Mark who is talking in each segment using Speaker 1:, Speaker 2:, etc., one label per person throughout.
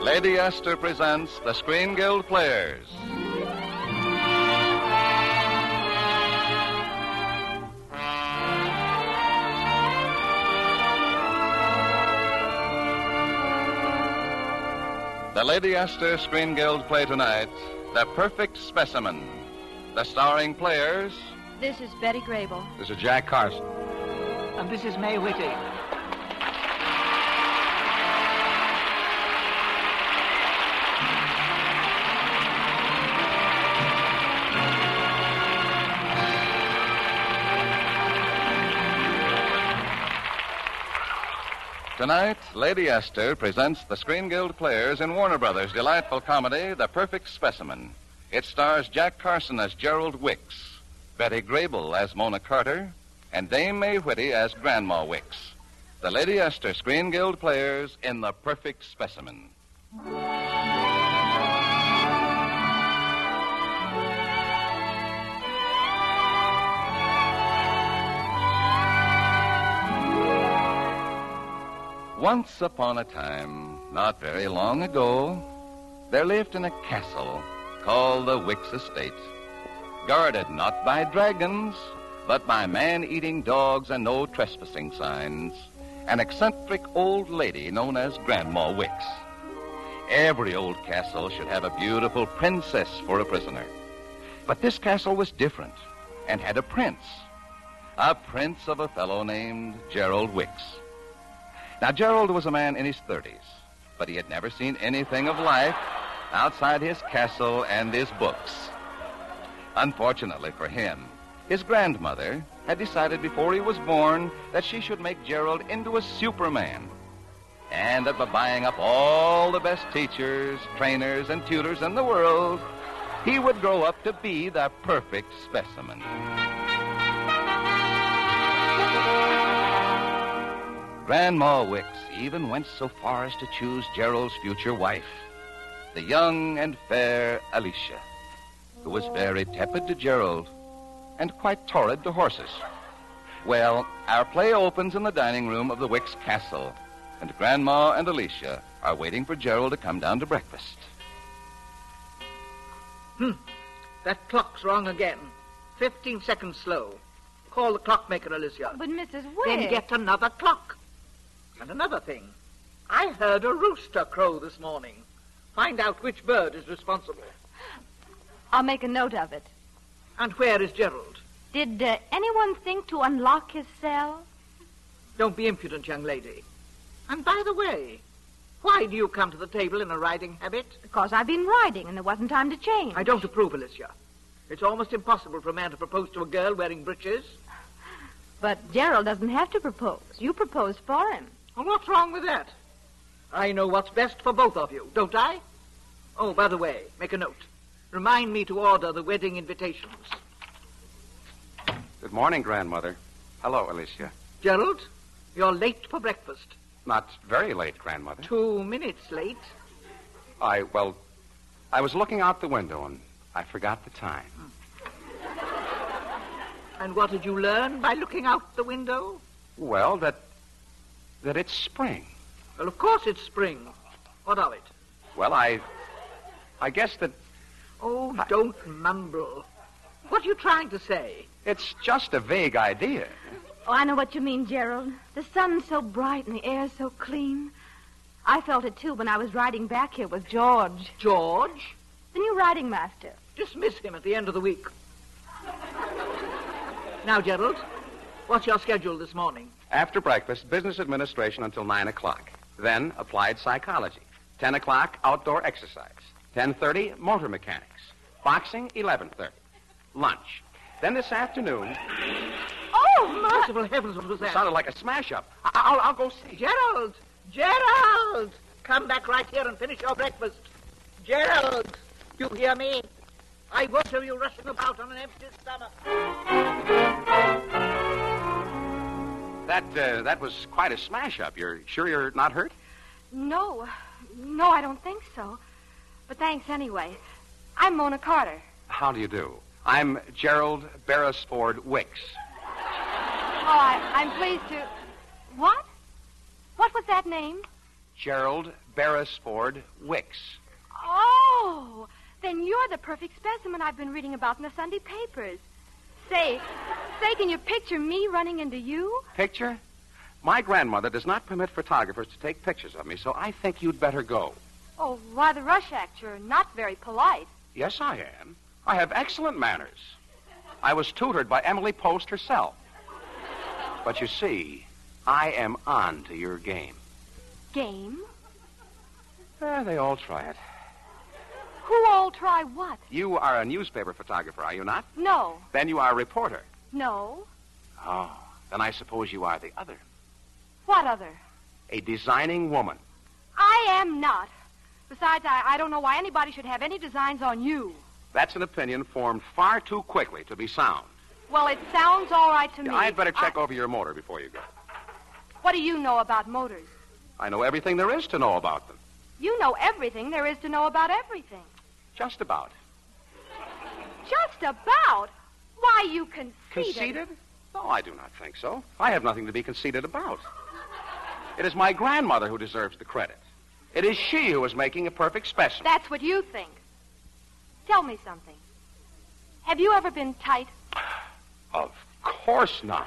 Speaker 1: Lady Astor presents the Screen Guild Players. The Lady Astor Screen Guild play tonight, The Perfect Specimen. The starring players,
Speaker 2: This is Betty Grable.
Speaker 1: this is Jack Carson.
Speaker 3: And this is May Whitty.
Speaker 1: Tonight, Lady Esther presents the Screen Guild players in Warner Brothers' delightful comedy, The Perfect Specimen. It stars Jack Carson as Gerald Wicks, Betty Grable as Mona Carter, and Dame May Whitty as Grandma Wicks. The Lady Esther Screen Guild players in The Perfect Specimen. Once upon a time, not very long ago, there lived in a castle called the Wicks Estate, guarded not by dragons, but by man eating dogs and no trespassing signs, an eccentric old lady known as Grandma Wicks. Every old castle should have a beautiful princess for a prisoner. But this castle was different and had a prince. A prince of a fellow named Gerald Wicks. Now, Gerald was a man in his 30s, but he had never seen anything of life outside his castle and his books. Unfortunately for him, his grandmother had decided before he was born that she should make Gerald into a Superman. And that by buying up all the best teachers, trainers, and tutors in the world, he would grow up to be the perfect specimen. Grandma Wicks even went so far as to choose Gerald's future wife, the young and fair Alicia, who was very tepid to Gerald and quite torrid to horses. Well, our play opens in the dining room of the Wicks Castle, and Grandma and Alicia are waiting for Gerald to come down to breakfast.
Speaker 3: That clock's wrong again. Fifteen seconds slow. Call the clockmaker, Alicia.
Speaker 2: But Mrs.
Speaker 3: then get another clock. And another thing. I heard a rooster crow this morning. Find out which bird is responsible.
Speaker 2: I'll make a note of it.
Speaker 3: And where is Gerald?
Speaker 2: Did uh, anyone think to unlock his cell?
Speaker 3: Don't be impudent, young lady. And by the way, why do you come to the table in a riding habit?
Speaker 2: Because I've been riding and there wasn't time to change.
Speaker 3: I don't approve, Alicia. It's almost impossible for a man to propose to a girl wearing breeches.
Speaker 2: But Gerald doesn't have to propose. You proposed for him.
Speaker 3: Well, what's wrong with that? I know what's best for both of you, don't I? Oh, by the way, make a note. Remind me to order the wedding invitations.
Speaker 4: Good morning, Grandmother. Hello, Alicia.
Speaker 3: Gerald, you're late for breakfast.
Speaker 4: Not very late, Grandmother.
Speaker 3: Two minutes late.
Speaker 4: I, well, I was looking out the window and I forgot the time.
Speaker 3: And what did you learn by looking out the window?
Speaker 4: Well, that. that it's spring.
Speaker 3: Well, of course it's spring. What of it?
Speaker 1: Well, I. I guess that
Speaker 3: Oh, don't mumble. What are you trying to say?
Speaker 1: it's just a vague idea.
Speaker 2: Oh, I know what you mean, Gerald. The sun's so bright and the air's so clean. I felt it, too, when I was riding back here with George,
Speaker 3: George?
Speaker 2: the new riding master.
Speaker 3: Dismiss him at the end of the week. now, Gerald, what's your schedule this morning?
Speaker 1: After breakfast, business administration until 9 o'clock. Then applied psychology. 10 o'clock, outdoor exercise. 10.30, motor mechanics. Boxing, 11.30. Lunch. Then this afternoon,
Speaker 3: Oh, merciful heavens, what was that?
Speaker 1: sounded like a smash-up. I- I'll, I'll go see.
Speaker 3: Gerald! Gerald! Come back right here and finish your breakfast. Gerald! You hear me? I won't have you rushing about on an empty stomach.
Speaker 1: That, uh, that was quite a smash-up. You're sure you're not hurt?
Speaker 2: No, no, I don't think so. But thanks anyway. I'm Mona Carter.
Speaker 1: How do you do? I'm Gerald Beresford Wicks.
Speaker 2: Oh, I, I'm pleased to. What? What was that name?
Speaker 1: Gerald Beresford Wicks.
Speaker 2: Oh, then you're the perfect specimen I've been reading about in the Sunday papers. Say, say, can you picture me running into you?
Speaker 1: Picture? My grandmother does not permit photographers to take pictures of me, so I think you'd better go.
Speaker 2: Oh, why the rush act? You're not very polite.
Speaker 1: Yes, I am. I have excellent manners. I was tutored by Emily Post herself. But you see, I am on to your game.
Speaker 2: Game?
Speaker 1: Eh, they all try it.
Speaker 2: Who all try what?
Speaker 1: You are a newspaper photographer, are you not?
Speaker 2: No,
Speaker 1: Then you are a reporter.
Speaker 2: no.
Speaker 1: Oh, then I suppose you are the other.
Speaker 2: What other?
Speaker 1: A designing woman.
Speaker 2: I am not. Besides, I, I don't know why anybody should have any designs on you.
Speaker 1: That's an opinion formed far too quickly to be sound.
Speaker 2: Well, it sounds all right to me.
Speaker 1: I'd better check
Speaker 2: I-
Speaker 1: over your motor before you go.
Speaker 2: What do you know about motors?
Speaker 1: I know everything there is to know about them.
Speaker 2: You know everything there is to know about everything.
Speaker 1: Just about.
Speaker 2: Just about. Why, you conceited.
Speaker 1: Conceited? No, I do not think so. I have nothing to be conceited about. It is my grandmother who deserves the credit. It is she who is making a perfect specimen.
Speaker 2: That's what you think. Tell me something. Have you ever been tight?
Speaker 1: Of course not.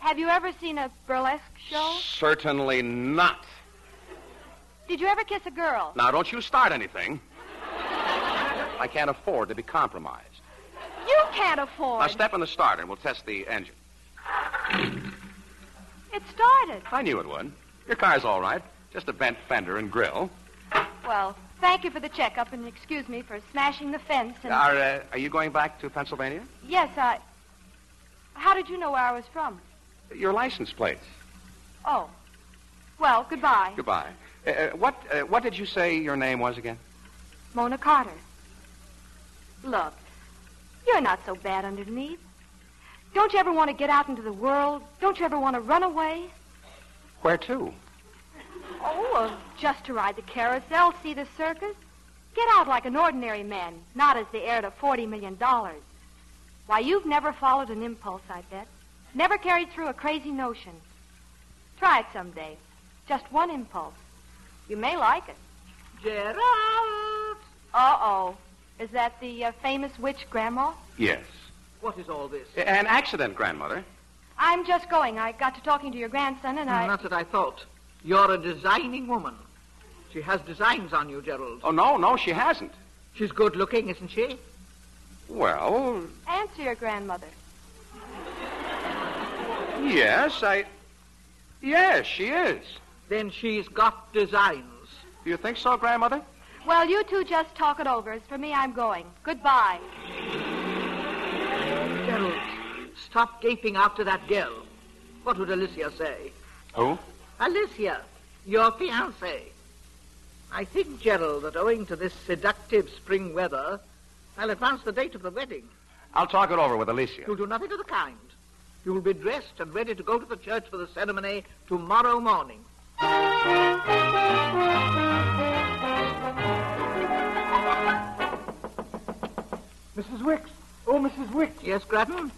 Speaker 2: Have you ever seen a burlesque show?
Speaker 1: Certainly not.
Speaker 2: Did you ever kiss a girl?
Speaker 1: Now, don't you start anything. I can't afford to be compromised.
Speaker 2: You can't
Speaker 1: Now,
Speaker 2: afford.
Speaker 1: step in the starter and we'll test the engine.
Speaker 2: It started.
Speaker 1: I knew it would. Your car's all right. Just a bent fender and grill.
Speaker 2: Well, thank you for the checkup and excuse me for smashing the fence. And
Speaker 1: Are, uh, are you going back to Pennsylvania?
Speaker 2: yes, I. How did you know where I was from?
Speaker 1: Your license plates.
Speaker 2: Oh. Well, goodbye,
Speaker 1: Goodbye. Uh, Uh, what, uh, what did you say your name was again?
Speaker 2: Mona Carter. Look, you're not so bad underneath. Don't you ever want to get out into the world? Don't you ever want to run away?
Speaker 1: Where to?
Speaker 2: Oh, well, just to ride the carousel, see the circus. Get out like an ordinary man, not as the heir to $40 million. Why, you've never followed an impulse, I bet. Never carried through a crazy notion. Try it someday. Just one impulse. You may like it.
Speaker 3: Gerald!
Speaker 2: Uh-oh. Is that the uh, famous witch, Grandma?
Speaker 1: Yes.
Speaker 3: What is all this?
Speaker 1: An accident, Grandmother.
Speaker 2: I'm just going. I got to talking to your grandson, and I...
Speaker 3: Not that I thought. You're a designing woman. She has designs on you, Gerald.
Speaker 1: Oh, no, no, she hasn't.
Speaker 3: She's good looking, isn't she?
Speaker 1: Well,
Speaker 2: Answer your grandmother.
Speaker 1: yes, I. Yes, she is.
Speaker 3: Then she's got designs.
Speaker 1: Do you think so, Grandmother?
Speaker 2: Well, you two just talk it over. As for me, I'm going. Goodbye.
Speaker 3: Gerald, stop gaping after that girl. What would Alicia say?
Speaker 1: Who?
Speaker 3: Alicia, your fiancée. I think, Gerald, that owing to this seductive spring weather, I'll advance the date of the wedding.
Speaker 1: I'll talk it over with Alicia.
Speaker 3: You'll do nothing of the kind. You'll be dressed and ready to go to the church for the ceremony tomorrow morning.
Speaker 5: Mrs. Wicks. Oh, Mrs. Wicks.
Speaker 3: Yes, Grattan?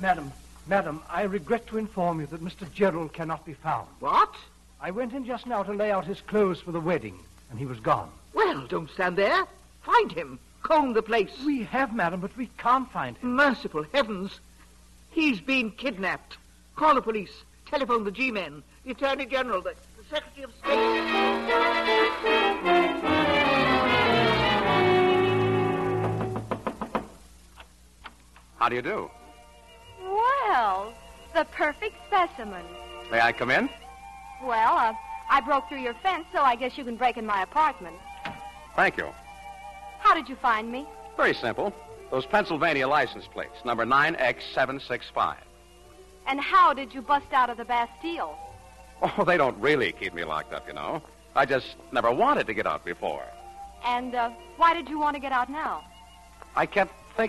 Speaker 5: Madam, madam, I regret to inform you that Mr. Gerald cannot be found.
Speaker 3: What?
Speaker 5: I went in just now to lay out his clothes for the wedding, and he was gone.
Speaker 3: Well, don't stand there. Find him. Comb the place.
Speaker 5: We have, madam, but we can't find him.
Speaker 3: Merciful heavens. He's been kidnapped. Call the police. Telephone the G-men, the Attorney General, the, the Secretary of State.
Speaker 1: How do you do?
Speaker 2: Well, the perfect specimen.
Speaker 1: May I come in?
Speaker 2: Well, uh, I broke through your fence, so I guess you can break in my apartment.
Speaker 1: Thank you.
Speaker 2: How did you find me?
Speaker 1: Very simple. Those Pennsylvania license plates, number 9X765.
Speaker 2: And how did you bust out of the Bastille?
Speaker 1: Oh, they don't really keep me locked up, you know. I just never wanted to get out before.
Speaker 2: And uh, why did you want to get out now?
Speaker 1: I kept